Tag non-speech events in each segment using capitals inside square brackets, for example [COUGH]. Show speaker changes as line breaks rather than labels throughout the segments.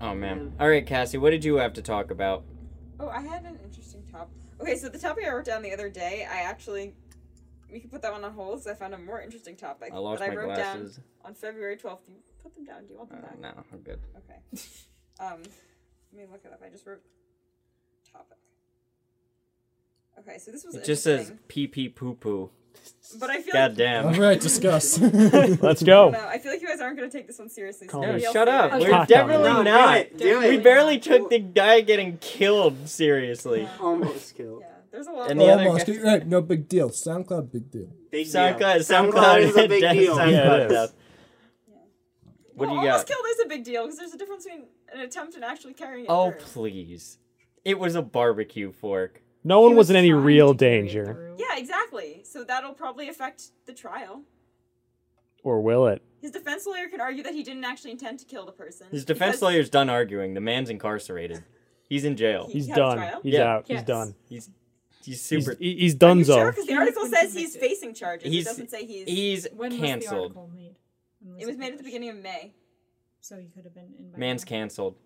Oh man. All right, Cassie, what did you have to talk about?
Oh, I had an interesting top. Okay, so the topic I wrote down the other day, I actually we can put that one on hold because I found a more interesting topic
I lost
that
my
I wrote
glasses.
down on February twelfth. You put them down. Do you want them
Uh,
back?
no, I'm good.
Okay. um, let me look it up. I just wrote topic. Okay, so this was
It just says
interesting,
pee pee poo poo.
but I feel like,
All
Goddamn.
right, discuss. [LAUGHS]
Let's
[LAUGHS]
go.
no, I feel like you guys aren't gonna take this one seriously. so
Call
No,
maybe
me.
I'll
shut
save
up.
it.
Okay.
We're
Talk
definitely
about
it. No,
not.
do it, do
We
it.
barely took the guy getting killed seriously.
Almost killed.
Yeah, there's a lot.
And
of
the other
Almost.
guy-
Right, no big deal. SoundCloud, big deal.
Big deal.
SoundCloud, SoundCloud
is a big
death,
deal.
SoundCloud
Yeah, it is.
death. What do
well,
you got?
Almost killed is a big deal because there's a difference between an attempt and actually carrying it.
Oh
through.
please! It was a barbecue fork.
No one
He
was in any
trying to
real
carry it
danger,
through.
Yeah, exactly. So that'll probably affect the trial.
or will it?
His defense lawyer could argue that he didn't actually intend to kill the person.
His defense
because
lawyer's done arguing. The man's incarcerated. He's in jail.
He-
He's
had a
done.
trial?
He's
Yeah.
out. He's
Yes.
done.
He's he's
He's,
super.
he-
Are
he's
you
donezo.
sure? Because the
He's
article
been
says he's
convicted.
facing charges.
He's-
it doesn't say he's.
He's
When was the
canceled.
article made? When
it was made at the
published?
beginning of May.
So he could have been in. by
Man's
now.
canceled.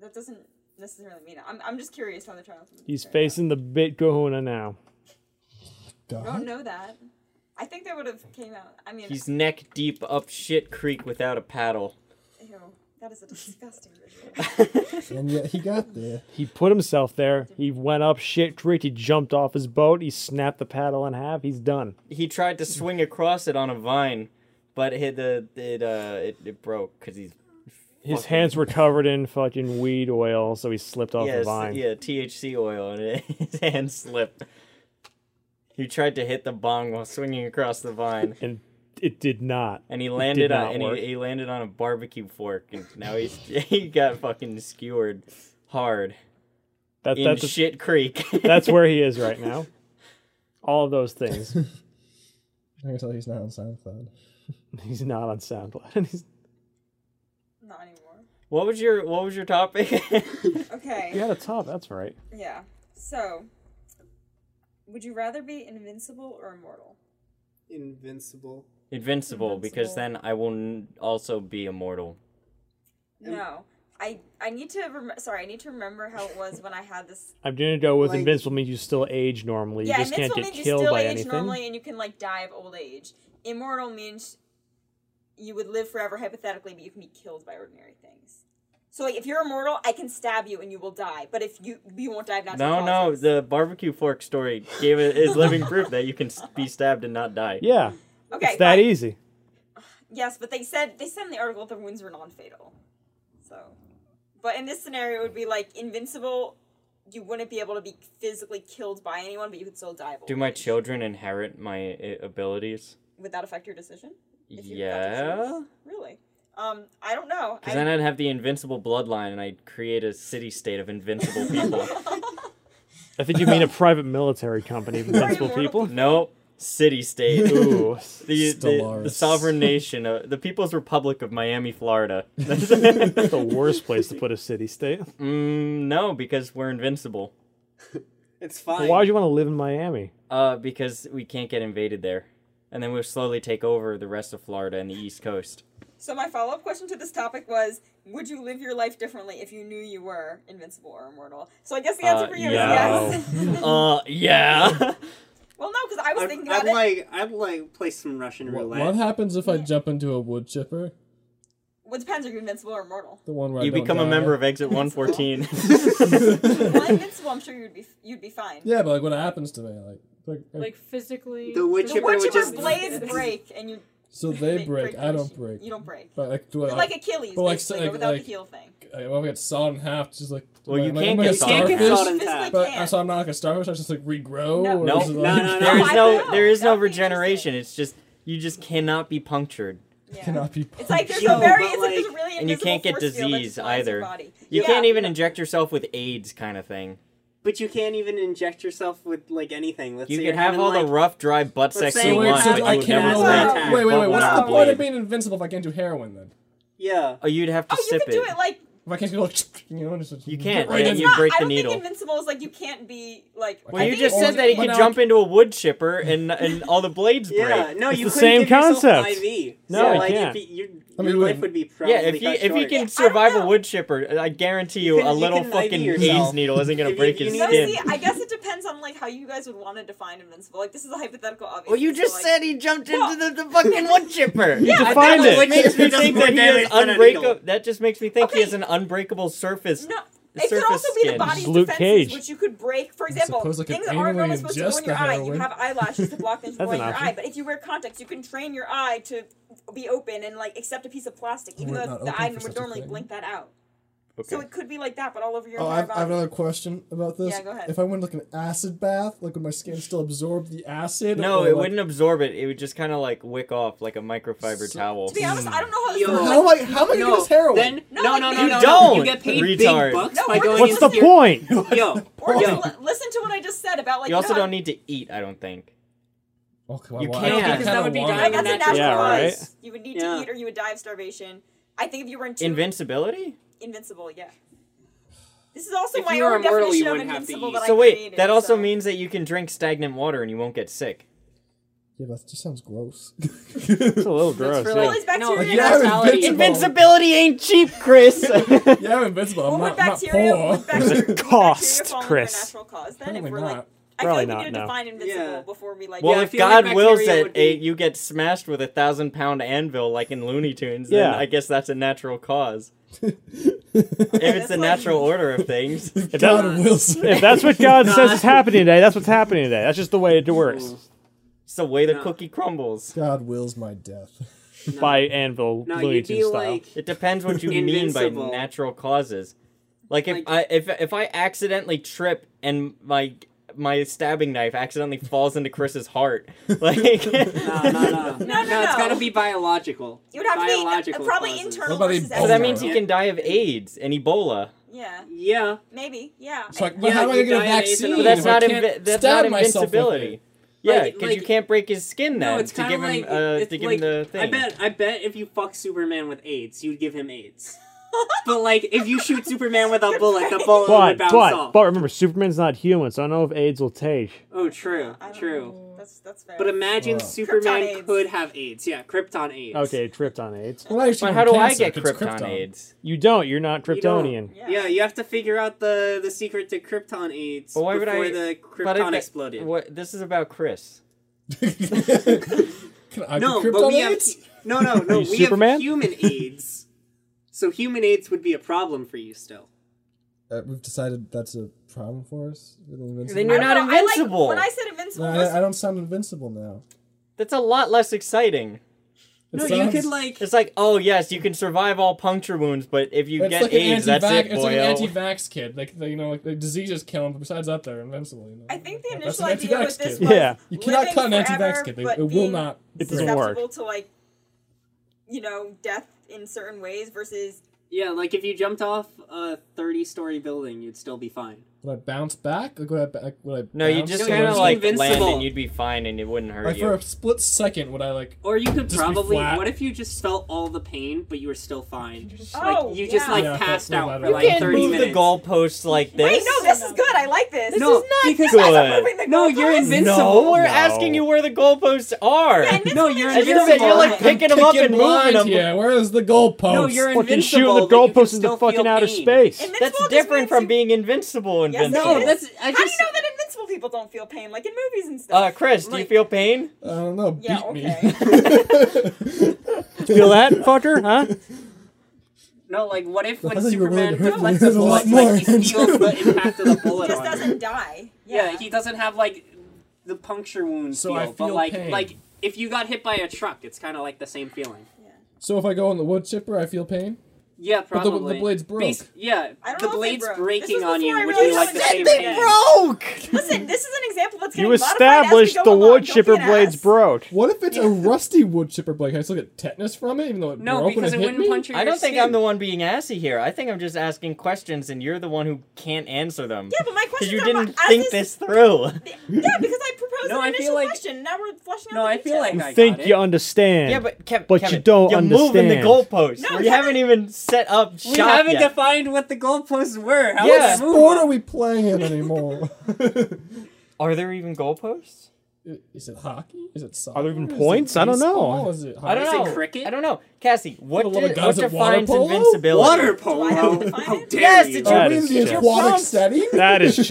That doesn't necessarily mean it. I'm, I'm just curious how the trial's going to
He's facing the bit Kahuna now.
I don't
God.
know that. I think they would have came out. I mean,
He's neck deep up shit creek without a paddle.
ew, that is a disgusting visual.
[LAUGHS]
And yet he got there.
He put himself there. He went up shit creek. He jumped off his boat. He snapped the paddle in half. He's done.
He tried to swing across it on a vine, but it uh, it uh it, it broke because he's
His
Fucking-
hands were covered in fucking weed oil, so he slipped off the
yes
vine.
yeah THC oil and it, [LAUGHS] his hand slipped. He tried to hit the bong while swinging across the vine.
And it did not.
and he landed
did
on
not
and
work.
he, he landed on a barbecue fork and now he's [LAUGHS] he got fucking skewered hard
That,
in
that's,
shit creek.
[LAUGHS]
[LAUGHS]
that's where he is right now. All of those things. [LAUGHS]
I can tell he's not on SoundCloud.
He's not on SoundCloud. [LAUGHS] He's-
Not anymore.
what was your what was your topic? [LAUGHS]
Okay.
you had a top. That's right.
Yeah. So, would you rather be invincible or immortal?
Invincible.
Invincible because
Invincible.
then I will n- also be immortal.
No. I I need to rem- sorry, I need to remember how it was when I had this.
I'm gonna go with
Like-
invincible means you still age normally.
yeah,
you just can't
invincible
get
means you
killed
still
by
age
anything.
normally and you can like die of old age. Immortal means you would live forever hypothetically, but you can be killed by ordinary things. So like if you're immortal, I can stab you and you will die, but if you you won't die of natural
No, no,
causes.
the barbecue fork story gave it is living proof that you can s- be stabbed and not die.
Yeah,
Okay,
it's that e-,
fine.
easy.
Yes, but they said they said in the article that the wounds were non-fatal. So, but in this scenario, it would be like invincible. You wouldn't be able to be physically killed by anyone, but you could still die. of
Do
old
my
age.
children inherit my uh, abilities?
Would that affect your decision? If you got to
Yeah.
choose? Really? Um, I don't know.
Because then
I,
I'd have the invincible bloodline and I'd create a city state of
[LAUGHS]
invincible people.
I think you mean a private military company of
[LAUGHS]
invincible
immortal
people.
nope, city state.
Ooh,
the, the, the
Stellaris.
sovereign nation, uh, the People's Republic of Miami,
[LAUGHS]
Florida. [LAUGHS]
that's the worst place to put a city state.
Mm, no, because we're invincible.
It's fine.
But why would you want to live in Miami?
Uh, because we can't get invaded there, and then we'll slowly take over the rest of Florida and the East Coast.
so my follow-up question to this topic was: Would you live your life differently if you knew you were invincible or immortal? So I guess the answer
Uh,
for you
yeah.
is yes.
Uh,
[LAUGHS]
yeah.
[LAUGHS] well, no, because I was
I'd,
thinking
I'd
about it.
like I'd like play some Russian
What,
roulette.
what happens if I jump into a wood chipper?
What depends? Are you invincible or immortal?
[LAUGHS]
The one where I
you
don't
become a
die?
member of Exit 114.
well, invincible. I'm sure you'd be you'd be fine.
Yeah, but like what happens to me? Like, like,
Like physically.
The wood
physically-
chipper
Wood
would
chipper [LAUGHS]
just-
blades break, and you [LAUGHS]
so they
make-
break. I
those.
don't break.
You don't break.
But like, do I?
You're like Achilles,
But like-
basically,
like-
but without
like-
the heel
[LAUGHS]
thing.
I, well, I get sawed in half. Just like,
Well,
am I-
you
am I
can't
like
get
a
sawed in half.
Can't get
starfish?
sawed in
Physically
half.
But uh,
can't.
so I'm not like a starfish. I just like regrow.
No.
or
no,
is
[LAUGHS]
it
no,
like-
no, no.
there is no,
I don't know.
there is no
That'd be
regeneration.
interesting.
It's just you just cannot be punctured.
Yeah.
Cannot be.
[LAUGHS]
It's like there's
Yo,
a very,
but
it's like, there's a
like-
really
and you can't
invisible
get
force field that
disease
surrounds your
either.
body.
You
Yeah.
can't even inject yourself with AIDS, kind of thing.
But you can't even inject yourself with like anything. Let's
You
say
could
you're
have
having,
all
like,
the rough, dry butt
Let's
sex
say
you
we're
want,
just-
but you
I
would never
can't roll
really
stab
attack.
out. Wait, wait,
your
wait.
butt
What's
with
the
a
point of
blade.
being invincible if I can't do heroin then?
yeah.
Oh, you'd have to
Oh, you
sip
could do
it.
it like
If I can't go like, [LAUGHS] you know, just,
You can't,
Right
yeah,
in-
It's
you
not-
break
I
the
don't
needle.
think invincible is like you can't be like.
Well,
I
you
think
just
it's
said that he
only-
could jump into a wood chipper and and all the blades break.
Yeah, no,
It's
you
the
couldn't
same
give yourself an
concept.
IV.
No,
so,
you
like,
can't.
If you, your,
I mean,
your
it would-
life would be probably
Yeah, if you
cut
if you
short.
can
don't
survive a
know.
wood chipper, I guarantee you,
You
a
can- you
little
can IV
fucking
yourself.
bees needle isn't gonna
If you-
break
you
his
need-
No,
skin.
see, I guess it depends on like how you guys would want to define invincible. Like this is a hypothetical, obviously.
Well, you
so,
just
like-
said he jumped into the, the fucking
[LAUGHS]
wood chipper.
You
I think
defined it.
That makes me
It does
think
more
that he
damage
has
than a needle.
unbreakable. That just makes me think he
Okay.
has an unbreakable surface.
No, it could
surface
also be
skin.
the body's
Just Luke
defenses,
Cage.
which you could break. For example,
suppose I could
things that aren't
anally
really supposed to go in
ingest
your
the
eye. You
heroin.
have eyelashes to block things from
[LAUGHS] That's
going
an
in your
option.
eye. But if you wear contacts, you can train your eye to be open and like accept a piece of plastic, even
We're
though
not
the
open
eye
for
would
such a
normally
thing.
blink that out.
Okay.
So it could be like that, but all over your
Oh,
entire
I have, I have
body.
another question about this.
Yeah, go ahead.
If I went like an acid bath, like would my skin still absorb the acid?
No,
or,
it
like-
wouldn't absorb it. It would just kind of like wick off like a microfiber
So-
towel. Mm.
To be honest, I don't know how this
Yo.
works.
How am I? How am I gonna
No,
get this heroin?
then
No,
no, no,
like,
no,
you
no, no.
don't,
You get paid
retard.
big bucks
No,
by
we're
going.
What's the
Listen here.
point?
in- Yo,
Or just
yo,
li- listen to what I just said about like
you also
God.
don't need to eat. I don't think.
Okay, well,
You
I
can't.
kinda
Because
that would be
wanna-
dying
Like, that's a
Yeah,
natural
yeah,
cause.
right?
You would need
Yeah.
to eat or you would die of starvation. I think if you were in two
Invincibility.
invincible, yeah. This is also
If
my
you were
own
immortal,
definition
you
of
wouldn't have to
invincible
eat.
that
So
I
wait,
created,
that also
so.
means that you can drink stagnant water and you won't get sick.
Yeah, that just sounds gross. [LAUGHS]
It's a little gross.
that's for
yeah.
Well, it's
like
bacteria.
no, like,
Yeah,
mentality.
invincible.
Invincibility ain't cheap, [LAUGHS] Chris.
yeah, I'm invincible.
Well,
I'm
would
not, I'm not
bacteria,
poor.
would
[LAUGHS]
bacteria, would bacteria
Cost,
fall under a
Chris.
natural cause, then if
Apparently
we're like,
not.
I feel
Probably
like we
not,
need to
no.
define invincible
Yeah.
before we like.
well,
Yeah, I
if
feel like
God wills
bacteria
it,
would be-
a, you get smashed with a thousand pound anvil like in Looney Tunes, then
Yeah.
I guess that's a natural cause. if it's the
that's like-
[LAUGHS]
natural order of things.
If,
God
that-
Wilson.
if that's what God says is happening today, that's what's happening today. That's just the way it works.
It's the way the
No.
cookie crumbles.
God wills
[LAUGHS]
my death. [LAUGHS]
By Anvil,
No,
Looney
you'd be
Tunes style.
like.
It depends what you mean by
Invincible.
natural causes. Like if
Like-
I if if I accidentally trip and my my stabbing knife accidentally falls into Chris's heart, like
[LAUGHS]
[LAUGHS] No, no, no.
No, no,
[LAUGHS]
It's
no.
gotta be biological.
It would have to be
biological
uh, probably
causes.
internal
What about
versus
Ebola?
so
external.
oh that means he
Yeah.
can die of AIDS and Ebola.
Yeah,
Yeah.
maybe. Yeah.
It's like,
Yeah,
but how am I
you
gonna get a
die of AIDS
vaccine?
and all
But
Yeah,
that's
if I
not
can't
invi- that's
stab
not
myself with
invincibility.
it?
Yeah,
Like-
because you
like-
can't break his skin then
no, it's
to
kind of
give
like
him uh,
it's
to give him
like,
the thing.
I bet I bet if you fuck Superman with AIDS, you'd give him AIDS. but like if you shoot Superman with a bullet, the bullet
But
would bounce
but
off.
but remember, Superman's not human, so I don't know if AIDS will take.
oh, true,
I don't
true.
know. That's that's fair.
But imagine
Wow.
Superman
Krypton AIDS.
could have AIDS. Yeah, Krypton AIDS.
Okay, Krypton AIDS.
Well, I actually
but how do I
cancer,
get
it's
Krypton, AIDS?
You don't. You're not
You don't.
Kryptonian.
Yeah. you have to figure out the the secret to Krypton AIDS
But why would
before
I-
the
But I
Krypton
bet-
exploded.
What this is about, Chris. [LAUGHS]
Can I
no,
get
but
Krypton
we have
AIDS?
no, no, no.
Are
we
you Superman?
have human AIDS. So human AIDS would be a problem for you still.
Uh, we've decided that's a problem for us. with invincible.
Then you're
I
not
don't know, I like-
invincible.
when I said invincible,
No,
most-
I, I don't sound invincible now.
That's a lot less exciting.
It
no,
sounds-
you could like
It's like, oh yes, you can survive all puncture wounds, but if you
It's
get
like
AIDS,
an
that's
anti-vax,
it,
it's like
boy.
an anti-vax kid. Like they, you know, like the diseases kill him. But besides that, they're invincible. You know?
I think the
That's
initial
an
idea
anti-vax
with this
kid.
was
Yeah.
You cannot
living
cut an
forever,
anti-vax kid. They,
but
it will
being
not.
It doesn't work.
susceptible to like, you know, death in certain ways versus
yeah, like if you jumped off a thirty-story building, you'd still be fine.
Would I bounce back? Like would I? Ba- would I
No, you
bounce
just
No,
or
kind
would
of
I-
like land
invincible.
and you'd be fine and it wouldn't hurt
Like
you.
for a split second, would I like?
Or you could
Just be
probably.
flat.
What if you just felt all the pain, but you were still fine?
Oh,
like you just
yeah.
like
Yeah,
passed
that's
out
not
for
bad.
like
You
Can't
thirty
move
minutes.
the goalposts like this.
Wait, no, this is good. I like this.
No,
this is not
because-
you guys are
Good.
moving the
No,
goalposts.
you're invincible.
no, we're
No.
asking you where the goalposts are.
Yeah, and
No,
this
you're
one is-
you said you're like
I'm
picking them up
Fucking
and moving
blind
them.
here. Where is the goalpost?
No, you're
Fucking
invincible.
shooting the
but you can
goalpost into
still
fucking
feel
outer
pain.
space.
Invincible
That's
just
different
means
from
you-
being invincible.
Yes, it
Invincible.
No,
is.
that's- I
How do you
just-
know that invincible people don't feel pain like in movies and
Uh,
stuff?
Chris, do you
Like-
feel pain?
I don't know. Beat
Yeah,
[LAUGHS] me.
[LAUGHS] Feel that, fucker? Huh?
No, like what if
I
when
thought you were
Superman
willing to hurt
deflects
me
a
a lot
bullet, like
more.
he feels
[LAUGHS]
the impact of the bullet
just
on him.
doesn't die.
Yeah.
Yeah,
he doesn't have like the puncture wound
So
feel,
I
but
feel
like
pain.
like if you got hit by a truck, it's kind of like the same feeling.
so if I go on the wood chipper, I feel pain.
Yeah,
But the-
probably.
the blades broke.
yeah,
I don't
the
know if they
blades
broke. This was
breaking on
before I
you would be
realized
like the
that
same
they
pain.
broke.
Listen, this is an example that's getting
You
modified
established
as we
the
go along.
wood
Don't
chipper
be an
blades
ass.
broke.
What if it's a rusty wood chipper blade? Can I still get tetanus from it, even though it
No,
broke
because it
and hit
wouldn't
me?
puncture.
I
your
don't think
skin.
I'm the one being assy here. I think I'm just asking questions, and you're the one who can't answer them.
Yeah, but my
because
question
you
is, [LAUGHS]
didn't think this through.
Yeah, because I propose was
No,
an
I
initial
feel like-
question. Now we're fleshing out.
No,
the
I feel
details.
like
You
I
think
got
you
it.
understand.
Yeah, but Kev-
But you
Kevin,
don't
you're moving the
understand.
goalpost.
No,
we
Kevin-
haven't even set up
we
shop
haven't
yet.
defined what the goalposts were. How
Yeah.
yeah.
Sport are we playing anymore?
Are there even goalposts?
is it hockey? Is it soccer?
Are there even
Is it
points? I don't know.
baseball? Is it
I don't
Is it
know.
cricket?
I don't know. Cassie, what,
the love of
did,
God,
what
is it water
defines
polo?
invincibility?
Water
Do I have to
polo.
define
How
it?
dare
Yes,
you?
did you-
That
Are we in
is
the
just-
aquatic
Punks.
setting?
[LAUGHS] [LAUGHS]
[LAUGHS]
That is
Or we
just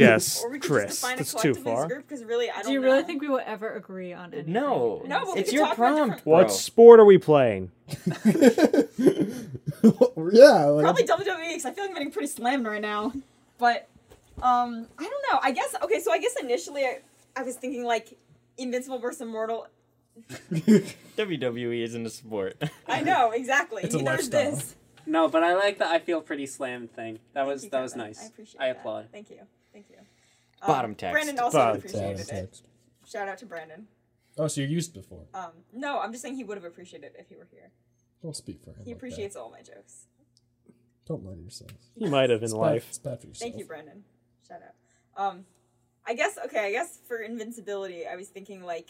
could
Chris.
just define a
That's too
collectivist
far.
Group, because really, I don't
Do you
know.
really think we will ever agree on anything?
No.
No, but we
it's
can
your
talk about
prompt.
different-
bro.
What sport are we playing?
yeah,
[LAUGHS]
like
probably WWE because I feel like I'm getting pretty slammed right now. But um, I don't know. I guess okay. So I guess initially I, I was thinking like Invincible versus Immortal.
WWE isn't a sport. [LAUGHS]
I know exactly.
It's a
Neither is
lifestyle.
this.
No, but I like the I feel pretty slammed thing. That was
Thank you,
that was
Kevin.
nice.
I appreciate.
I
that.
applaud.
Thank you. Thank you. Um,
Bottom text.
Brandon also
Bottom
appreciated it. Shout out to Brandon.
Oh, so you used it before.
Um, no, I'm just saying he would have appreciated it if he were here.
Don't speak for him.
He
like
appreciates all my jokes.
that. Don't lie to yourself.
You might have in
It's bad-
life.
it's bad for yourself.
Thank you, Brandon. Shout out. Um, I guess okay. I guess for invincibility, I was thinking like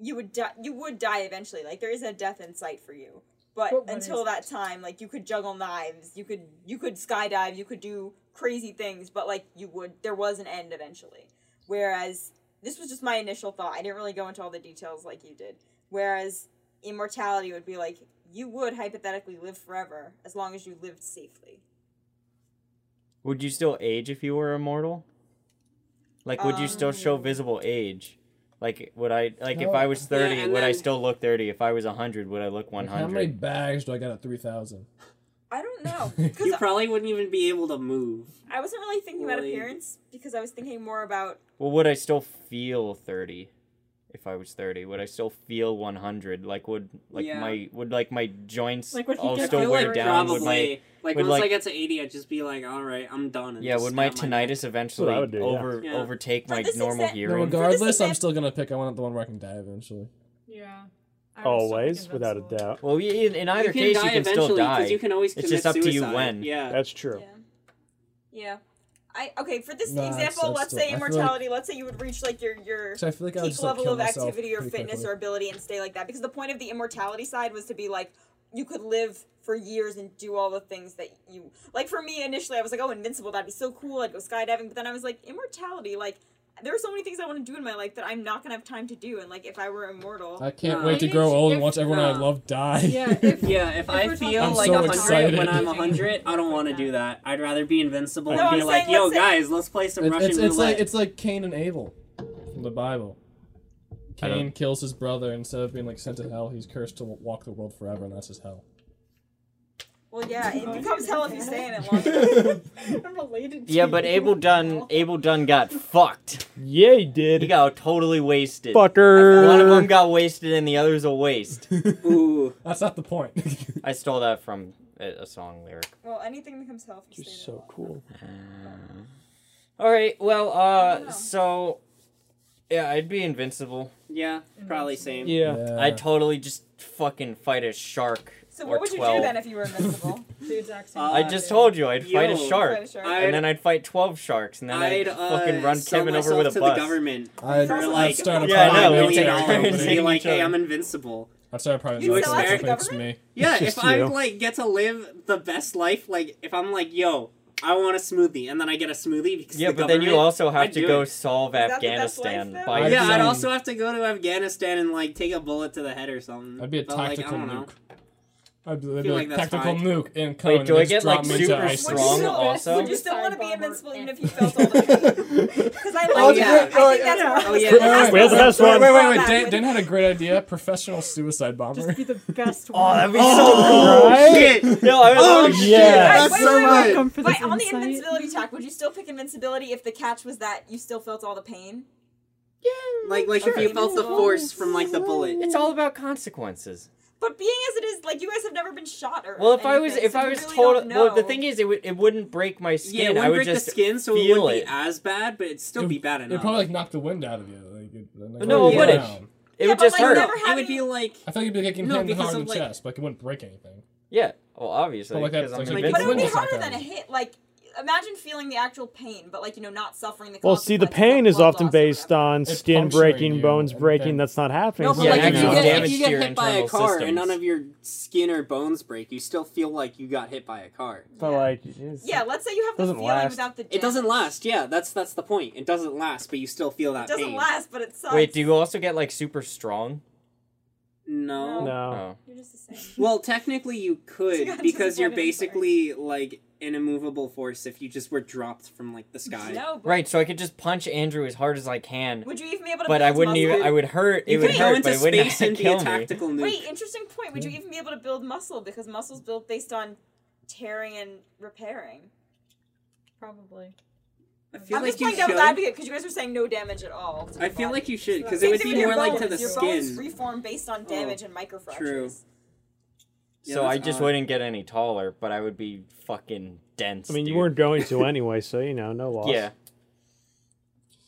you would die. You would die eventually. Like there is a death in sight for you. But
But what
until
is
that time, like you could juggle knives, you could you could skydive, you could do crazy things. But like you would, there was an end eventually. Whereas this was just my initial thought. I didn't really go into all the details like you did. Whereas immortality would be like you would hypothetically live forever as long as you lived safely.
Would you still age if you were immortal? Like, would you still show visible age? Like, would I like if I was thirty?
Um, Yeah,
would
and
I
then-
still look thirty? If I was hundred, would I look one
How many
hundred?
bags do I got at three thousand?
I don't [LAUGHS] know
You
because
probably wouldn't even be able to move.
I wasn't really thinking about
Like-
appearance because I was thinking more about
Well, would I still feel thirty? If I was thirty, would I still feel one hundred? Like, would like
Yeah.
my would like my joints
Like, would he
all
get
still
feel
wear
like
down?
probably
Would my
like
would,
once I
like-
get to eighty, I'd just be like, all right, I'm done. and
yeah?
just
Would my
got my-
tinnitus
what I
eventually
would do, yeah.
over
Yeah.
overtake
For
my
this
normal
exact- No,
hearing?
regard-
regardless, I'm
example-
still gonna pick. I want the one where I can die eventually.
Yeah. I would still think
Always, without a
invincible.
doubt.
well, y- in, in either
You can
case,
die
you can still
eventually, 'cause
die.
You can always
It's
commit
just up to you
suicide.
when.
Yeah.
That's true.
yeah, yeah. I okay for this
Nah, it's-
example.
it's
let's
still- I
say
feel like-
immortality. let's say you would reach like your your
'Cause I feel like I would
peak
just like,
level
kill
of
myself
activity or
pretty
fitness
quickly.
or ability and stay like that. Because the point of the immortality side was to be like you could live for years and do all the things that you like. For me, initially, I was like, oh, invincible. That'd be so cool. I'd go skydiving. But then I was like, immortality. Like there are so many things I want to do in my life that I'm not gonna have time to do. And like if I were immortal,
I can't
Nah.
wait to
Maybe
grow
if-
old and
if-
watch everyone I
nah.
love die. [LAUGHS]
Yeah. If,
Yeah, if I
we're talking
feel
about
like
I'm so
a hundred
excited.
when I'm a hundred, I don't want to do that. I'd rather be invincible
No,
and be
I'm
like,
saying
yo,
let's say-
guys, let's play some
It-
Russian
it's, it's
roulette.
like it's like Cain and Abel from the Bible.
I don't-
Cain kills his brother instead of being like sent to hell. He's cursed to walk the world forever, and that's his hell.
well, Oh, yeah, it becomes hell if you stay in [LAUGHS] it long enough.
I'm related.
Yeah,
[LAUGHS]
but Abel Dunn, Abel Dunn got fucked.
Yeah, you
He
did.
got totally wasted.
Fucker.
One of them got wasted, and the other's a waste.
Ooh,
That's not the point.
I stole that from a, a song
[SIGHS]
lyric.
Well, anything becomes hell if you
You're
stay in it
so
long. Mm.
cool.
All right. Well,
don't
uh,
know.
so yeah, I'd be invincible.
yeah, probably same.
Yeah.
I'd totally just fucking fight a shark.
So
or
what would you
12.
do then if you were invincible?
The exact same.
Uh,
I just told you I'd fight a
Yo.
shark,
Fight a shark.
and then I'd fight twelve sharks, and then I'd,
I'd uh,
fucking run
sell
Kevin over
myself
with a
to
bus.
the government.
I'd,
For
For
I'd
like,
start a
Yeah, I
five
know,
private
we'd
million
take turns
military
dollars and
company.
be
hitting
like,
each
hey,
other.
I'm invincible.
I'd start a private
You'd
military
sell out to the
company. It's
government?
me.
Yeah,
just
if I
you.
like get to live the best life, like if I'm like, yo, I want a smoothie, and then I get a smoothie because
yeah,
the
but then you
government-
also have
I'd
to
do
go
it.
solve
that the best life,
Afghanistan
though?
by
I'd
Yeah, I'd
um,
also have to go to Afghanistan and like take a bullet to the head or something.
I'd be a
But, like, I
tactical
don't know.
nuke. I'd be, I'd be
Feel
like,
like that's
tactical
fine.
nuke and come
Wait,
and
do I
just
get,
drop
like,
me to
super
ice
strong [LAUGHS]
Would you
cream.
still,
also?
Would you still want to be
Sidebar
invincible
work.
even
[LAUGHS]
if you felt all the pain? Because I like
Oh, yeah.
that. I think that's one of
Yeah.
Oh,
the-
yeah.
that's
Wait, wait,
the
wait, that's the
best
best
Wait,
one.
wait, wait.
drawback
Dan,
with-
Dan had a great idea. Professional suicide bomber.
[LAUGHS] Just
[LAUGHS]
be the best one.
Oh, that'd be so
Oh, right?
cool. No, I would
Oh,
love to
shit.
do that.
That's so
good.
[LAUGHS] Welcome for this
Wait, on the
insight.
invincibility tack, would you still pick invincibility if the catch was that you still felt all the pain?
Like, like if you felt the force from like the bullet.
It's all about consequences.
But being as it is, like you guys have never been shot or
Well, if I was,
anything,
if
so
I
you
was
really
told,
don't
well, the
know.
thing is, it would, it wouldn't break my
Yeah,
skin.
it
I
would
would
break the
just
skin, so it
feel
wouldn't
it.
be as bad, but it'd still be bad
It
enough.
probably like knock the wind out of you. Like, it, like,
No,
it
yeah.
wouldn't.
down.
It
Yeah,
would
but,
just
like,
hurt.
never-
it would be like
I thought you'd be like getting
No,
hit
because
hard in
of,
the
like-
chest, like it wouldn't break anything.
Yeah. Well, obviously,
But like that-
because I'm
like-
like-
invincible.
But it would be
Invincible
harder
sometimes.
than a hit. Like, imagine feeling the actual pain, but like you know, not suffering the.
Well, see, the
consequences of
pain is
blood
often
loss or
based
whatever.
on
It's
skin
puncturing
breaking,
you
bones
and
breaking.
then-
That's not happening.
No, but
Yeah,
like if you,
actual
get, if
damage
you
to
get
your
hit by a
internal
car
systems.
and none of your skin or bones break, you still feel like you got hit by a car.
But like, it's-
Yeah, let's say you have the
Doesn't
feeling
last.
without the.
It doesn't
damage.
last. Yeah, that's that's the point. It doesn't last, but you still feel that
It doesn't
pain.
last, but it sucks.
Wait, do you also get like super strong?
No.
no.
Oh.
You're just the
[LAUGHS]
same.
Well, technically
[LAUGHS]
you could
Yeah,
because
disappointed in
you're
the
basically like an immovable force if you just were dropped from like the sky.
No, but
Right, so I could just punch Andrew as hard as I can,
Would you even be able to?
but I
build
wouldn't
muscle?
even. I would hurt. It
You
would
could go
hurt,
into
but it wouldn't [LAUGHS]
space and be
kill
a tactical nuke.
Wait, interesting point. Would you even be able to build muscle because muscle's built based on tearing and repairing?
Probably.
I feel
I'm
like
just
you
playing devil's
should.
advocate because you guys are saying no damage at all. to
I
the
feel
body.
like you should because it
Same
would
thing
be
with
more
your
like to
bones.
the
your Bones
skin. Oh,
reform based on damage and microfractures.
true. Yeah,
me, so
that's
I just
odd.
wouldn't get any taller, but I would be fucking dense.
I mean, you
dude.
weren't going to anyway, so you
[LAUGHS]
know, no loss.
Yeah,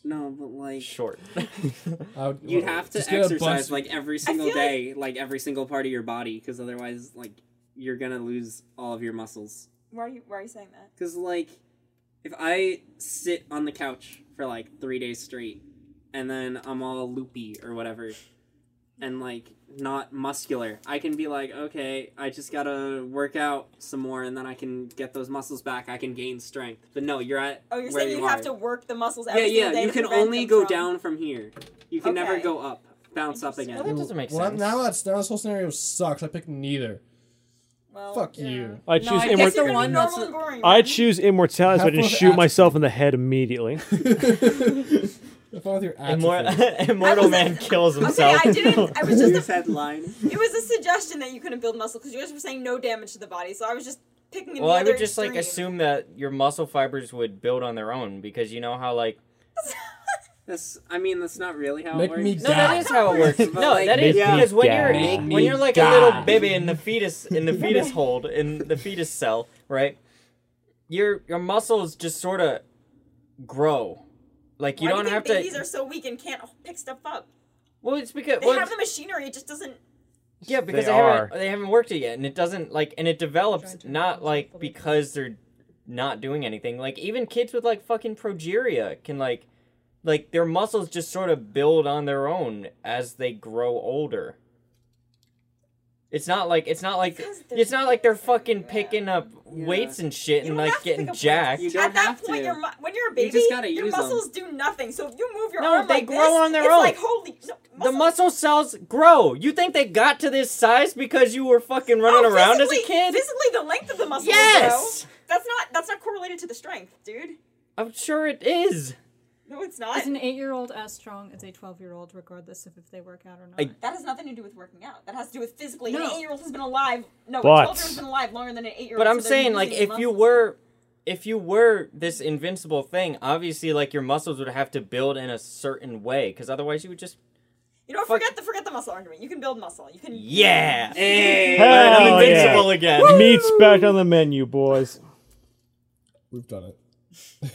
No, but like
short. [LAUGHS]
I would,
You'd have to
just get a bunch-
exercise like every single
feel like-
day, like... every single part of your body, because otherwise, like you're gonna lose all of your muscles.
Why are you Why are you saying that?
Because like, if I sit on the couch for like three days straight, and then I'm all loopy or whatever, and like not muscular, I can be like, okay, I just gotta work out some more, and then I can get those muscles back. I can gain strength. But no, you're at
Oh, you're
where
saying
you
you'd have
are.
to work the muscles
Yeah,
every single
yeah.
day
You
to
can
prevent
only
them
go
from-
down from here. You can never
Okay.
go up. Bounce up
Interesting.
again.
Well, that doesn't make
Well,
sense.
now that's now this whole scenario sucks. I picked neither.
Oh,
Well,
Fuck
yeah.
[LAUGHS]
you.
I
No,
choose
I guess
Yes,
Immort-
you're gonna
immortality.
be
One
normal
that's-
and boring.
I
man.
choose immortality, so I
Half
just
of
shoot
abs-
myself in the head immediately.
Have fun with your
Immor- [LAUGHS]
atrophy.
Immortal
was-
man kills
Okay,
himself.
I didn't. [LAUGHS] I was
[LAUGHS]
Your
just. A,
headline.
it was a suggestion that you couldn't build muscle because you guys were saying no damage to the body, so I was just picking.
well, I
another
would just like
extreme.
assume that your muscle fibers would build on their own because you know how like
That's. I mean, that's not really how
Make
it works.
me
No, that
Yeah.
is how it works.
But,
No,
like,
that is
yeah.
because when
Yeah.
you're
Make
when
me
you're like a little
die.
baby in the fetus in the
[LAUGHS]
fetus hold in the fetus cell, right? Your your muscles just sort of grow. Like you
Why
don't
do you
have
think babies
to.
are so weak and can't pick stuff up.
well, it's because
They
well,
have the
it's-
machinery; it just doesn't.
yeah, because
They
they,
are.
haven't they haven't worked it yet, and it doesn't like and it develops
Trying to
not
balance
like
both of them.
because they're not doing anything. Like even kids with like fucking progeria can like like their muscles just sort of build on their own as they grow older. It's not like it's not like
Because they're
it's not like they're
picking up
fucking
everywhere.
picking up
Yeah.
weights and shit
You
and
don't
like
have to
getting
pick up weights.
jack.
You don't
At that
have
point,
to.
your mu- when you're a
You
baby,
just gotta
your
use 'em.
muscles do nothing. So if you move your
No,
arm
they
like
grow
this,
on their
it's
own.
Like holy, no,
The muscle cells grow. You think they got to this size because you were fucking running
Oh,
around as a
physically-
kid?
Physically, the length of the muscle. will
Yes!
grow. that's not that's not correlated to the strength, dude.
I'm sure it is.
No, it's not.
Is an eight-year-old as strong as a twelve-year-old, regardless of if they work out or not?
I-
that has nothing to do with working out. That has to do with physically. An
No.
eight-year-old has been alive. No,
But-
a twelve-year-old's been alive longer than an eight-year-old.
But I'm
so they're
saying, like,
using
if you
muscles.
were, if you were this invincible thing, obviously, like, your muscles would have to build in a certain way, because otherwise, you would just,
you know,
fuck-
forget the forget the muscle argument. You can build muscle. You can.
yeah,
Hey,
Hell
I'm
yeah.
invincible again.
Meat's back on the menu, boys.
We've done
[LAUGHS]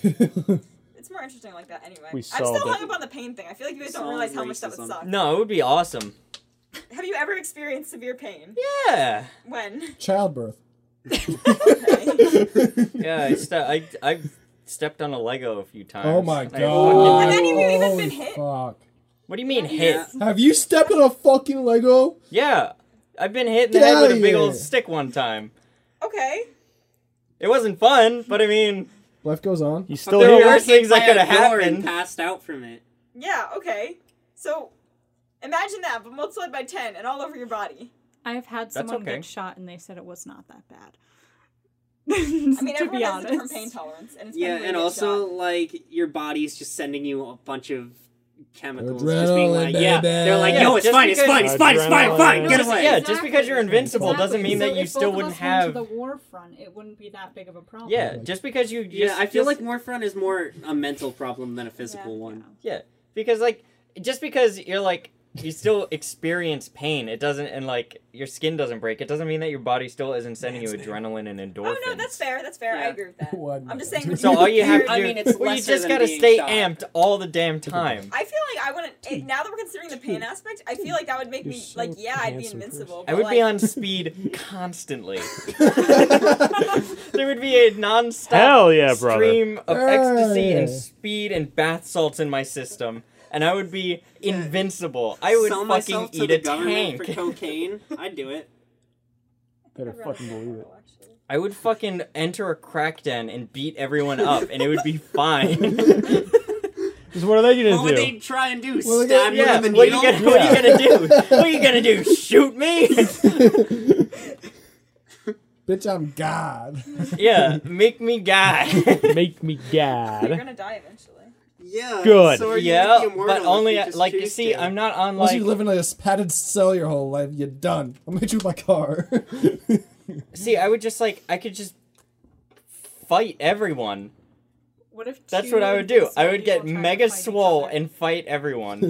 it.
It's more interesting like that anyway.
We
I'm
solved
still
it.
hung up on the pain thing. I feel like you guys don't
Solved
realize how much that would
racism.
suck.
No, it would be awesome.
Have you ever experienced severe pain?
Yeah,
When?
Childbirth.
Okay.
yeah. I, ste- I, I stepped on a Lego a few times.
Oh my
I
god.
fucking-
Have any of you even
Holy
been hit?
Fuck.
what do you mean hit?
Yeah.
Have you stepped on a fucking Lego?
Yeah, I've been hit in the
Get
head with
outta
a big
here.
old stick one time.
okay.
It wasn't fun, but I mean,
Life goes on.
[LAUGHS] You
But
still
there
you
were
got
here?
worse
hit
things that
by
could
a
have
door And
happened.
passed out from it.
Yeah, okay. So imagine that, but multiplied by 10 and all over your body.
I have had someone
okay.
get shot, and they said it was not that bad.
I mean,
[LAUGHS] to
everyone has
be
a
honest,
different pain tolerance. And it's
Yeah,
when we
and
get
also
shot.
like your body's just sending you a bunch of chemicals, just being like,
Adrenaline,
yeah,
baby.
they're like,
Yeah,
no, it's
just
fine, it's
because-
fine, it's fine, it's fine, it's fine,
Adrenaline.
get
Just-
away.
yeah, just because you're
Exactly.
invincible doesn't mean
Exactly.
that
So
you
if
still
both
wouldn't
of us went
have.
to the war front, it wouldn't be that big of a problem.
Yeah, just because you. Just,
Oh Yeah, I feel
just-
like Warfront is more a mental problem than a physical
Yeah.
one.
Yeah, because like just because you're like you still experience pain, it doesn't and like your skin doesn't break. It doesn't mean that your body still isn't sending you adrenaline and endorphins.
Oh, no, that's fair. That's fair. I
Yeah.
agree with that.
One
I'm just saying. [LAUGHS]
minute.
So all you have to do,
I mean, it's
well, you
lesser
just
than
gotta
being
stay
shot.
amped all the damn time.
I feel like I wouldn't. It, now that we're considering the pain aspect, I feel like that would make
You're
me
so
like yeah, I'd be
handsome, Chris.
invincible.
I
but,
would be
like,
on
[LAUGHS]
speed constantly. there would be a non-stop
Hell yeah, brother.
stream of
Hell
ecstasy and
yeah.
speed and bath salts in my system, and I would be invincible. I would
Sell
fucking
myself to
eat
the
a
government for
tank.
cocaine. [LAUGHS] I'd
[LAUGHS]
do it.
Better fucking believe it.
I would fucking enter a crack den and beat everyone up, and it would
[LAUGHS]
be fine.
Because what are they gonna
What
do?
would [LAUGHS] they try and do?
Well, they
Stab
got-
you
yeah,
with a
what are
needle?
you gonna, what are you gonna do? What are you gonna do? Shoot
[LAUGHS]
me?
Bitch, I'm
[LAUGHS]
God.
yeah, make me guy.
Make me [LAUGHS]
You're
gad.
gonna die eventually.
Yeah.
Good.
So are you gonna
yeah,
be immortal
but
if
only
you just
like you
choose
see,
to?
I'm not on
Unless
like
you live in a padded cell your whole life, you're done. I'm hit you with my car. [LAUGHS]
see. I would just like I could just fight everyone.
What if
That's
two
what I would do. I
invincible
would get
people try to
mega
fight each
swole
other?
and fight
[LAUGHS]
everyone.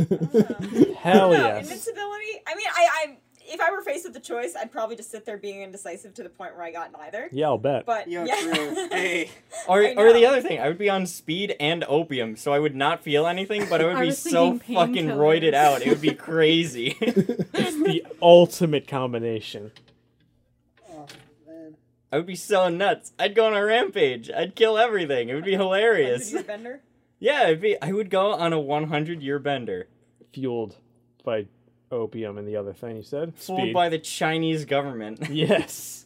Hell
No,
Oh, yes.
invincibility. I mean, I, I, if I were faced with the choice, I'd probably just sit there being indecisive to the point where I got neither.
Yeah, I'll bet.
But
Yeah,
yeah. [LAUGHS]
[LAUGHS] true. Hey.
or
I
or the
know.
other thing, I would be on speed and opium, so I would not feel anything, but I would
I
be
was
so
thinking
fucking
painkillers.
roided out. It would be crazy.
[LAUGHS]
the ultimate combination.
I would be so nuts. I'd go on a rampage. I'd kill everything. It would be
[LAUGHS]
hilarious.
Year Bender.
Yeah, it'd be. I would go on a 100 year bender,
Fueled by opium and the other thing you said.
fooled by the Chinese government.
Yes.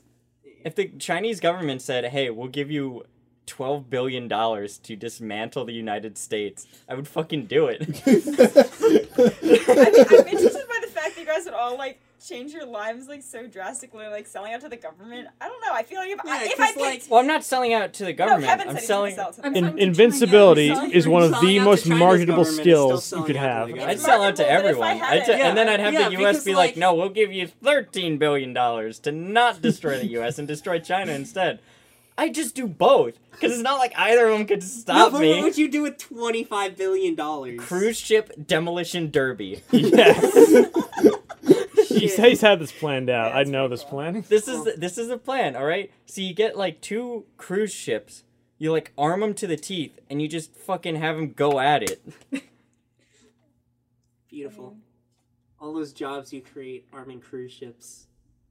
if the Chinese government said, "Hey, we'll give you 12 billion dollars to dismantle the United States," I would fucking do
[LAUGHS]
it.
I mean, I'm interested by the fact that you guys would all like change your lives like so drastically, like selling out to the government. I don't know. I feel like if
Yeah,
I, if I
'cause,
picked,
like,
well, I'm not selling out to the
no,
government.
Kevin
I'm
said
selling.
he was selling
I'm
to
In-
trying to
invincibility
try and
is one of the
Selling out
most
to China's
marketable
government is still
skills you
selling
could
out to the
have.
government.
I'd sell out to
marketable, but
everyone.
if I
I'd
had
t-
it-
and then I'd have
Yeah,
the U.S.
because,
be like,
like-
"No, we'll give you 13 billion dollars to not destroy the U.S. and destroy China instead." I just do both because it's not like either of them could
No,
stop
but
me.
what would you do with $25 billion? Cruise.
Cruise ship demolition derby. [LAUGHS]
Yes. He's, he's had this planned out.
Yeah,
I
it's
know
pretty
this
cool.
plan.
This is the, this is the plan, all right? So you get like two cruise ships, you like arm them to the teeth, and you just fucking have them go at it.
Beautiful. All those jobs you create arming cruise ships.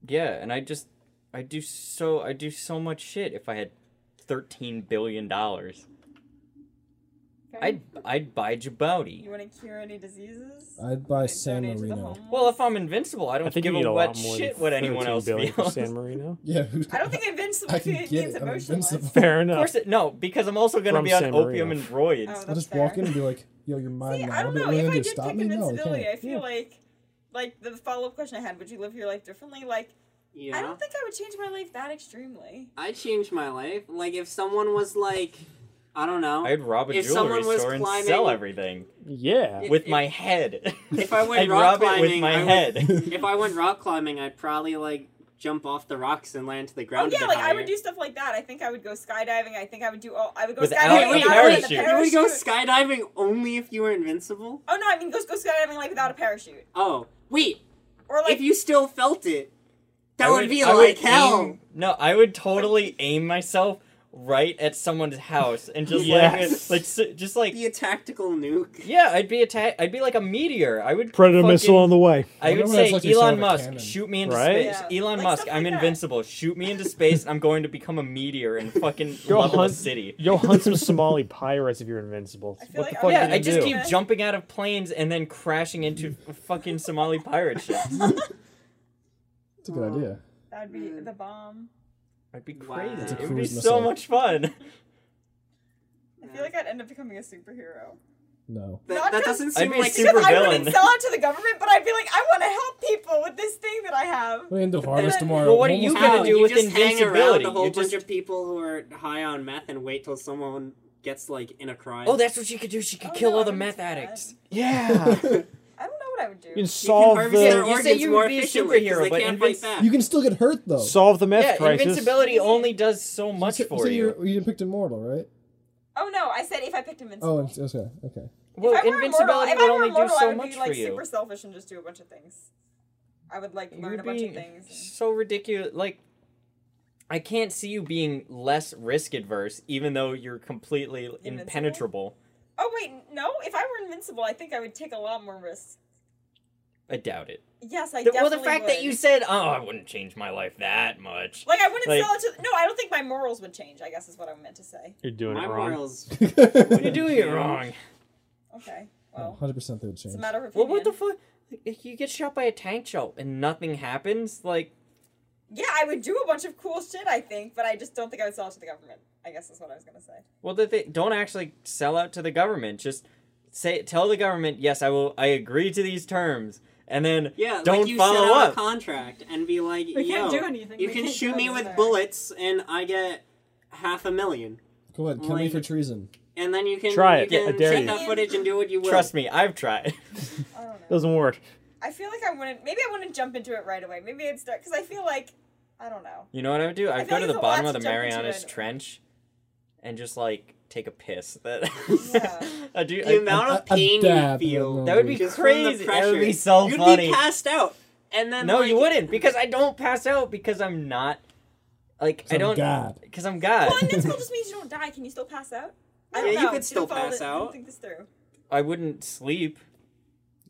Yeah, and I just I do so I do so much shit if I had thirteen billion dollars. I'd I'd buy
You
Djibouti.
want to cure any diseases? [LAUGHS]
I'd buy
Like,
San
donate to the
Marino.
homeless?
Well, if I'm invincible, I
I
don't
think you
give
need
a
a
wet
lot more
shit
than
what anyone
13
else
billion for
feels. [LAUGHS]
San
Of
[LAUGHS] Marino.
Yeah, who's [LAUGHS]
I don't think invincible
I can
means
get it. I'm
emotionless.
invincible.
Fair enough.
course, it, no, because I'm also gonna
From
be on
San
opium
Marino.
and roids.
Oh,
I'll
that's
just walk
fair.
in and be like, yo, you're mine
See,
now.
I don't
What are
know.
they
If
gonna
I
do,
did
stop
pick
me? No, they
invincibility, I
can't.
feel like, like the follow up question I had: Would you live your life differently? Like,
Yeah.
I don't think I would change my life that extremely. Oh,
I changed my life. Like, if someone was like, I don't know.
I'd rob a
Oh, If
jewelry
someone was
store and
climbing-
sell everything
Yeah.
with my head.
If I
[LAUGHS]
went
I'd
rock
rob it with
climbing,
my
I would-
head. [LAUGHS]
if I went rock climbing, I'd probably like jump off the rocks and land to the
Oh
ground. a
yeah,
bit
like I
higher.
would do stuff like that. I think I would go skydiving. I think I would do all. I would go
Without
skydiving.
a
without
parachute.
the
You would go skydiving only if you were invincible.
oh no, I mean go go skydiving like without a parachute
Oh wait,
or like
if you still felt it, that
I
would, be
I
like
would
hell.
aim- no, I would totally aim myself right at someone's house and just
Yes.
like, like s- just like
Be a tactical nuke.
yeah, I'd be attack. I'd be like a meteor. I would
Predator
fucking-
missile on the way. [LAUGHS]
I
Wonder
would
what it's
say
like to shoot
Elon
a
Musk,
cannon."
shoot me into
Right?
space.
Yeah.
Elon
Like
Musk,
stuff
I'm
like that.
invincible. Shoot me into space, and I'm going to become a meteor and fucking
Go
level
hunt-
a city.
[LAUGHS] Yo, hunt some Somali pirates if you're invincible.
I feel
What the
like
fuck
I'm-
are
Yeah,
you
I
gonna
just
do?
keep jumping out of planes and then crashing into fucking Somali pirate ships.
That's a good idea.
that would be the bomb.
That'd be
Wow.
crazy.
It's a
It would be
cruise
so
missile.
much fun.
I feel like I'd end up becoming a superhero.
No.
That,
Not
that
just-
doesn't
I'd
seem
be a
like
super
[LAUGHS] Because I wouldn't
villain.
sell out to the government, but I'd be like, I want to help people with this thing that I have.
We can do harvest
then-
tomorrow.
Well, what are
Almost
you
done.
gonna
How?
do with
just hang around
invincibility?
A whole
You
bunch
just-
of people who are high on meth and wait till someone gets like in a crime.
Oh, that's what she could do. She could
Oh,
kill
no,
all the
I'm
meth
just mad.
addicts.
[LAUGHS] Yeah.
I don't know what I would do.
You can solve
harvest
the
their
you
organs
say you would
more
be a
efficiently 'cause
superhero,
they
but
can't fight
invinci-
back.
You can still get hurt though.
solve the meth
yeah,
crisis.
invincibility only does so much
So- so
for you.
you're- You picked immortal, right?
oh no, I said if I picked invincible.
Oh, it's- okay, okay.
Well,
if I were immortal,
invincibility
if I
would
were
only do
immortal, I
so
would
much
be
for
like
you.
super selfish and just do a bunch of things. I would like
You
learn a
would
bunch of
be
things.
so ridiculous. Like, I can't see you being less risk adverse, even though you're completely
Invincible?
impenetrable.
Oh wait, no. If I were invincible, I think I would take a lot more risks.
I doubt it.
Yes, I
The- well,
definitely
the fact
would.
that you said, "Oh, I wouldn't change my life that much."
like I wouldn't
like-
sell it to. No, I don't think my morals would change. I guess is what I meant to say.
You're doing
My
it
[LAUGHS]
wrong.
morals.
You're doing it wrong.
Okay, well,
[LAUGHS] Hundred percent, they would change.
it's a matter of
Well, what the
opinion.
fuck? If you get shot by a tank shell and nothing happens, like
yeah, I would do a bunch of cool shit. I think, but I just don't think I would sell it to the government. I guess is what I was gonna say.
Well, the thing, don't actually sell out to the government. Just say tell the government, yes, I will. I agree to these terms, and then
Yeah,
don't
like you
follow
set out
up.
a contract and be like,
We
Yo,
can't do anything.
You
We
can
can't
shoot
go
me with
anywhere."
bullets, and I get half a million.
Go ahead, kill me
Like-
for treason.
And then you can
Try
you
it.
Can
I dare
take
you.
that footage and do what you will.
Trust me, I've tried. [LAUGHS]
I don't know.
Doesn't work.
I feel like I wouldn't. Maybe I wouldn't jump into it right away. Maybe I'd start because I feel like I don't know.
you know what I would do? I'd
feel
go
like
to
there's
the
a
bottom
lot
of
to
the
jump into
Marianas
it.
Trench, and just like take a piss. [LAUGHS] That
Yeah.
I do.
The
I-
amount
A-
of
a
pain
dab,
you feel.
no.
that would be
just from the
crazy. That would be
pressure.
so
You'd
funny.
be passed out, and then
no,
like,
you wouldn't because I don't pass out because I'm not like I
Some
don't
god.
because I'm God.
Well, invincible just means you don't die. Can you still pass out? I don't
Yeah, you
know.
could
Didn't
still
follow
pass
the-
out.
didn't think this through.
I wouldn't sleep.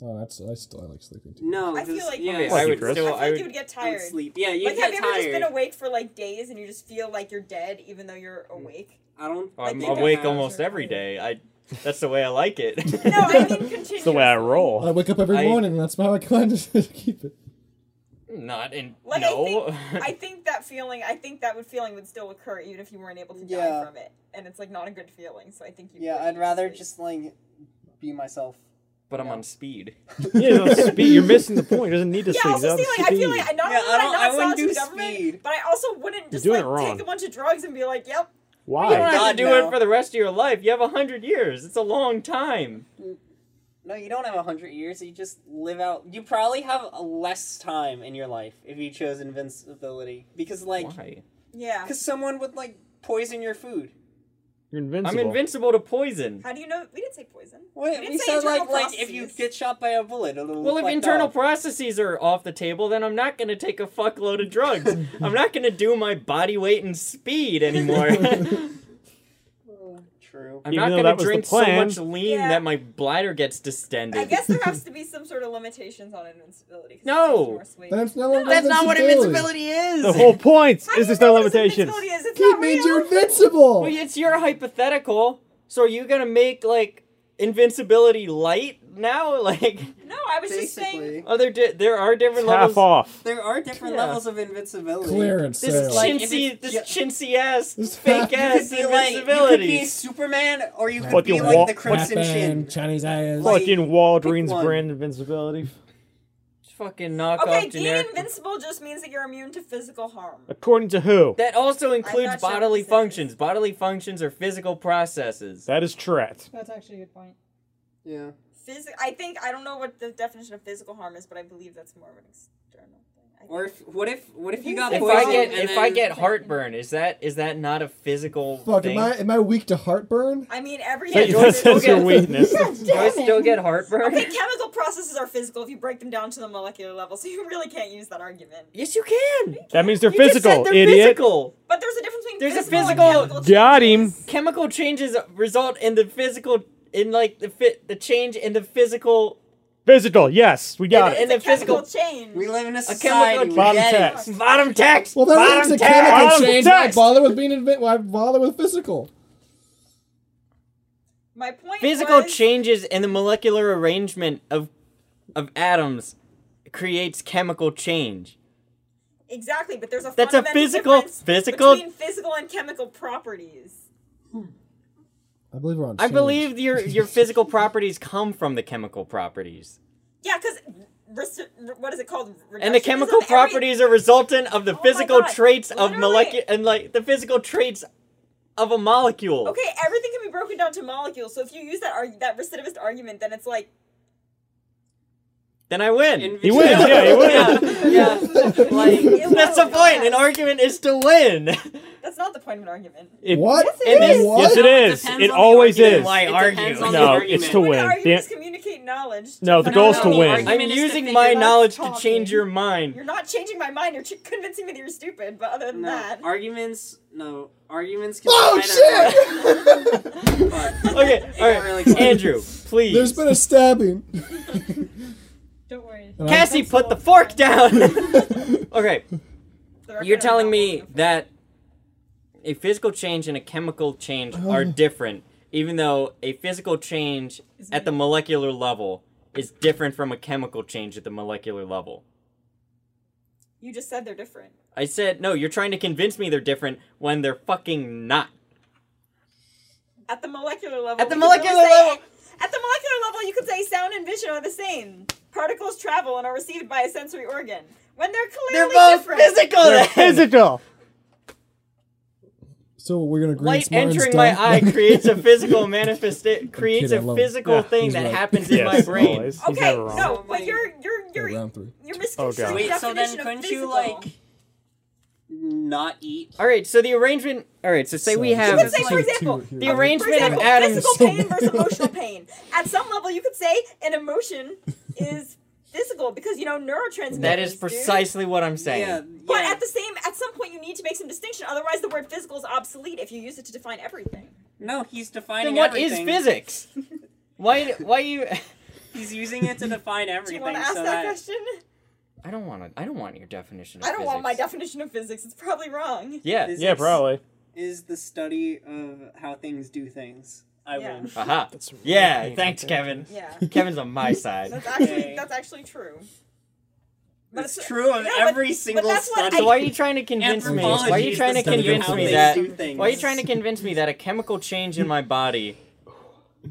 Oh, that's I still I like sleeping too.
No,
I feel
'cause-
like-
yeah,
Okay,
it's-
I
Lucky
would
Chris.
still.
I feel like
I would.
you would get
I would
tired.
sleep. Yeah, you
like, have
get
you ever just
tired.
been awake for like days and you just feel like you're dead, even though you're awake?
I don't.
I'm
think I
awake
have.
almost every day. I that's the way I like it.
[LAUGHS]
[LAUGHS]
No, I mean continuously.
It's the way I roll.
I wake up every
I-
morning. and That's how I kind of [LAUGHS] keep it.
Not in
Like, I
no. [LAUGHS]
I think that feeling. I think that would feeling would still occur even if you weren't able to die
Yeah.
from it, and it's like not a good feeling. So I think you.
Yeah,
would
I'd
need
rather
sleep.
just like be myself.
but I'm on speed.
[LAUGHS] Yeah, [LAUGHS] no, speed. You're missing the point. It doesn't need to
Yeah,
sleep.
also see,
It's
like I feel
speed.
like I not
Yeah, I
only would I
don't-
not
I
sell
wouldn't
it to
do
the government,
speed.
but I also wouldn't just
doing
like
it wrong.
take a bunch of drugs and be like, "Yep,
You don't
Why?
have to
God,
do
no.
it for the rest of your life. You have a hundred years. It's a long time.
No, you don't have a hundred years. You just
live out. You probably have less time in your life if you chose invincibility because like
Why?
yeah."
because someone would like poison your food.
You're invincible.
I'm invincible to poison.
How do you know? We didn't say poison.
What
didn't
we
say
said like
internal
like if you
processes.
get shot by a bullet, it'll
Well, if
reflect
internal
off.
processes are off the table, then I'm not gonna take a fuckload of
[LAUGHS]
drugs. I'm not gonna do my body weight and speed
[LAUGHS]
anymore. [LAUGHS]
[LAUGHS]
True.
I'm
Even
not
though
gonna
that was the
drink
plan.
so much lean
Yeah.
that my bladder gets distended.
I guess there has to be some sort of limitations on invincibility. 'cause
No.
it seems more sweet.
Then it's no longer
That's not what invincibility is.
The whole point
How do you
is there's
know
no
what
limitations.
invincibility Is? It's
It
not
means
real.
you're invincible.
Well, it's your hypothetical. So are you gonna make like invincibility light now? [LAUGHS] Like,
No, I was just saying.
basically.
are there di- there are different
It's half
levels?
off.
There are different
Yeah.
levels of invincibility.
Clearance
This
sale.
like- if
chintzy,
it's
this
ju-
chintzy ass,
This
fake
You
ass
could be [LAUGHS] like you could be
invincibility.
Superman or you could
Fucking
be like
walk-
the Crimson
Batman,
Chin.
Chinese ass.
Like-
Fucking Walgreens
one.
brand invincibility.
Fucking knockoff
Okay, being
generic.
invincible just means that you're immune to physical harm.
According to who?
that also
not
includes
sure what
bodily
this is.
functions. Bodily functions are physical processes.
That is Tret.
That's actually a good point.
yeah.
Physi- I think I don't know what the definition of physical harm is, but I believe that's more of an external thing. I
Or if what if what if you got
If
poisoned
I get
and
if I
then-
get heartburn, is that is that not a physical
Fuck,
thing?
am I am I weak to heartburn?
I mean, every
[LAUGHS]
Yeah,
yeah,
Joyce-
that's that's your
okay. [LAUGHS]
weakness.
Do I still get heartburn?
okay, [LAUGHS] chemical processes are physical if you break them down to the molecular level, so you really can't use that argument.
Yes, you can.
That means they're
You just said
physical,
they're
idiot.
Physical.
But there's a difference between
There's a
physical
physical-
and chemical
Got him.
changes.
chemical changes result in the physical in like the fit the change in the physical
Physical, yes, we got
And-
it.
and
It's a
the physical-
chemical change.
we live in a
chemical
society. we
Bottom
get it.
text.
bottom text
Well, that
bottom
is a
text
chemical
Bottom
change. Why
text.
bother with being invent? Why bother with physical?
My point
physical
was,
changes in the molecular arrangement of of atoms creates chemical change
Exactly, but there's a
That's a
fundamental
physical-
difference
physical-
between physical and chemical properties.
I believe we're on.
i believe your your
[LAUGHS]
physical properties come from the chemical properties
Yeah, because what is it called?
and the
Reductionism?
chemical
Every- Oh
properties are resultant of the
my
physical
God,
traits of
literally.
molecular and like the physical traits of a molecule
Okay, everything can be broken down to molecules. So if you use that arg- that recidivist argument, then it's like
then i win
He wins, yeah, he wins.
yeah
[LAUGHS] it
[LAUGHS] That's the
will-
point. An argument is to win.
That's not the point of an argument.
It-
What?
And this-
what?
Yes, it is.
depends
It
on the
always
argument.
is.
Why
It
argue?
depends on the
No,
argument.
it's to
Point of
win. The-
arguments communicate knowledge.
No, the
But
goal
I
is to
don't know.
win.
I'm
Argument is to
using
figure
my
out
knowledge to
talking.
change your mind.
You're not changing my mind. You're ch- convincing me that you're stupid. But other than
No,
that,
arguments. No, arguments. Can
Oh
divide us up.
shit!
But
Okay,
it
[LAUGHS]
all
got
right.
really
Andrew, please.
There's been a stabbing.
Don't worry.
And I-
Cassie, put the
[LAUGHS]
fork down. [LAUGHS] okay,
The record
you're
I'm
telling
not
me
looking for.
that a physical change and a chemical change
Oh.
are different, even though a physical change at the molecular level is different from a chemical change at the molecular level.
you just said they're different.
I said, no, you're trying to convince me they're different when they're fucking not.
At the molecular level.
At the
you could really
molecular
say-
level-
At the molecular level, you could say sound and vision are the same. Particles travel and are received by a sensory organ. When they're
They're
clearly
both
different.
physical. [LAUGHS]
They're
then.
physical.
So we're gonna agree.
Light
it's mine
entering
still?
my
[LAUGHS]
eye creates a physical manifestation. Creates
kidding, I
a
love-
physical
Yeah,
thing
he's
that
right.
happens in
Yes,
my brain.
always. He's
Okay,
never wrong.
no, but
Wait.
you're you're
Yeah,
you're
round three.
you're misconstruing
God.
the
Wait, so
definition
then
of
couldn't
physical.
you like not eat?
All right, so the arrangement. All right, so say we
So-
have
could say, for example,
here-
the
here.
For
arrangement of
example,
atoms. [LAUGHS]
physical pain versus emotional pain. At some level, you could say an emotion is physical because you know neurotransmitters.
That is
dude.
precisely what I'm saying.
Yeah,
But
yeah.
at the same, at some point, you need to make some distinction. Otherwise, the word physical is obsolete if you use it to define everything.
no, he's
Then
defining
what is
everything.
physics? Why? Why you? [LAUGHS]
He's using it to [LAUGHS] define
Do you
everything.
want to ask
so
that, question?
I don't want to. I don't want your definition. Of
I don't want my
physics.
definition of physics. It's probably wrong.
Yeah.
This-
Yeah, probably.
Is the study of how things do things.
I
Yeah.
win.
[LAUGHS]
Aha. Yeah. Thanks, Kevin.
Yeah,
Kevin's on my side.
[LAUGHS] that's actually
Okay.
that's actually true. But
It's
it's-
true of
no, but-
every
but
single
that's what
study.
So why are you trying to convince me?
Anthropology
Why are you
is
trying to
the study of
convince
how
me
they
that?
do things.
Why are you trying to convince me that a chemical change in my body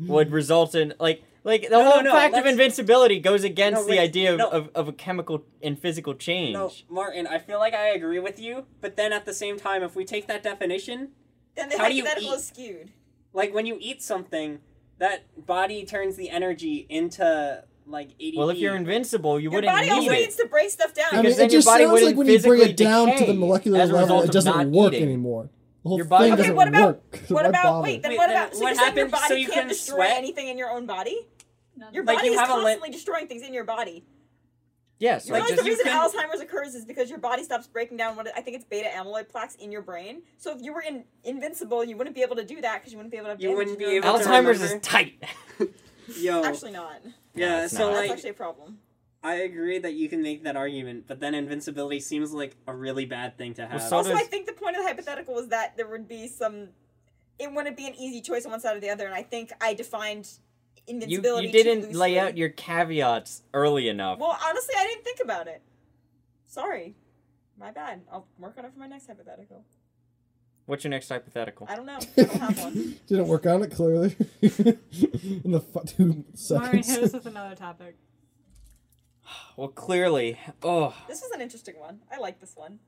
would result in like like the
No, no,
whole
no,
fact of
let's-
invincibility goes against
No,
the
wait,
idea of,
no.
of, of a chemical and physical change.
No, Martin, I feel like I agree with you, but then at the same time, if we take that definition,
Then the
How do you
hypothetical
eat?
is skewed.
like when you eat something, that body turns the energy into like ADP.
Well, if you're invincible, you
Your
wouldn't
body also
need it.
needs to break stuff down.
I mean,
because then
it
your
just
body
sounds like
wouldn't
when you bring it
physically
down to
decay
the molecular
as a
level,
result
it
of
doesn't
not
work
eating.
anymore. The whole
Your body-
thing
Okay,
doesn't
what about-
work. So [LAUGHS]
What
why
about
bother?
wait? Then
Wait,
what
then
about so
what
you're saying your
happens-
body
so you
can't
couldn't
destroy
sweat?
anything in your own body?
None.
Your
Like,
body
you
is
have a lit-
constantly destroying things in your body.
Yes.
You
Like,
Like,
realize
just-
the reason
you couldn't-
Alzheimer's occurs is because your body stops breaking down what it, I think it's beta amyloid plaques in your brain. So if you were in, invincible, you wouldn't be able to do that because you wouldn't be able to. Have
You
damage
wouldn't
in
be
your
able
own
to
body.
Alzheimer's is
remember.
tight. [LAUGHS]
yo,
Actually not.
yeah.
No, it's
so
not.
That's
like,
actually a problem.
I agree that you can make that argument, but then invincibility seems like a really bad thing to have.
so
also,
does-
I think the point of the hypothetical was that there would be some. It wouldn't be an easy choice on one side or the other, and I think I defined
You,
invincibility.
you
too
didn't lay
loosely.
out your caveats early enough.
Well, honestly, I didn't think about it. Sorry. My bad. I'll work on it for my next hypothetical.
What's your next hypothetical?
I don't know. I don't have
[LAUGHS]
one.
Didn't work on it clearly. [LAUGHS] In the fu- two
Lauren
seconds.
[LAUGHS]
hit us with another topic.
Well, clearly, oh,
This was an interesting one. I like this one.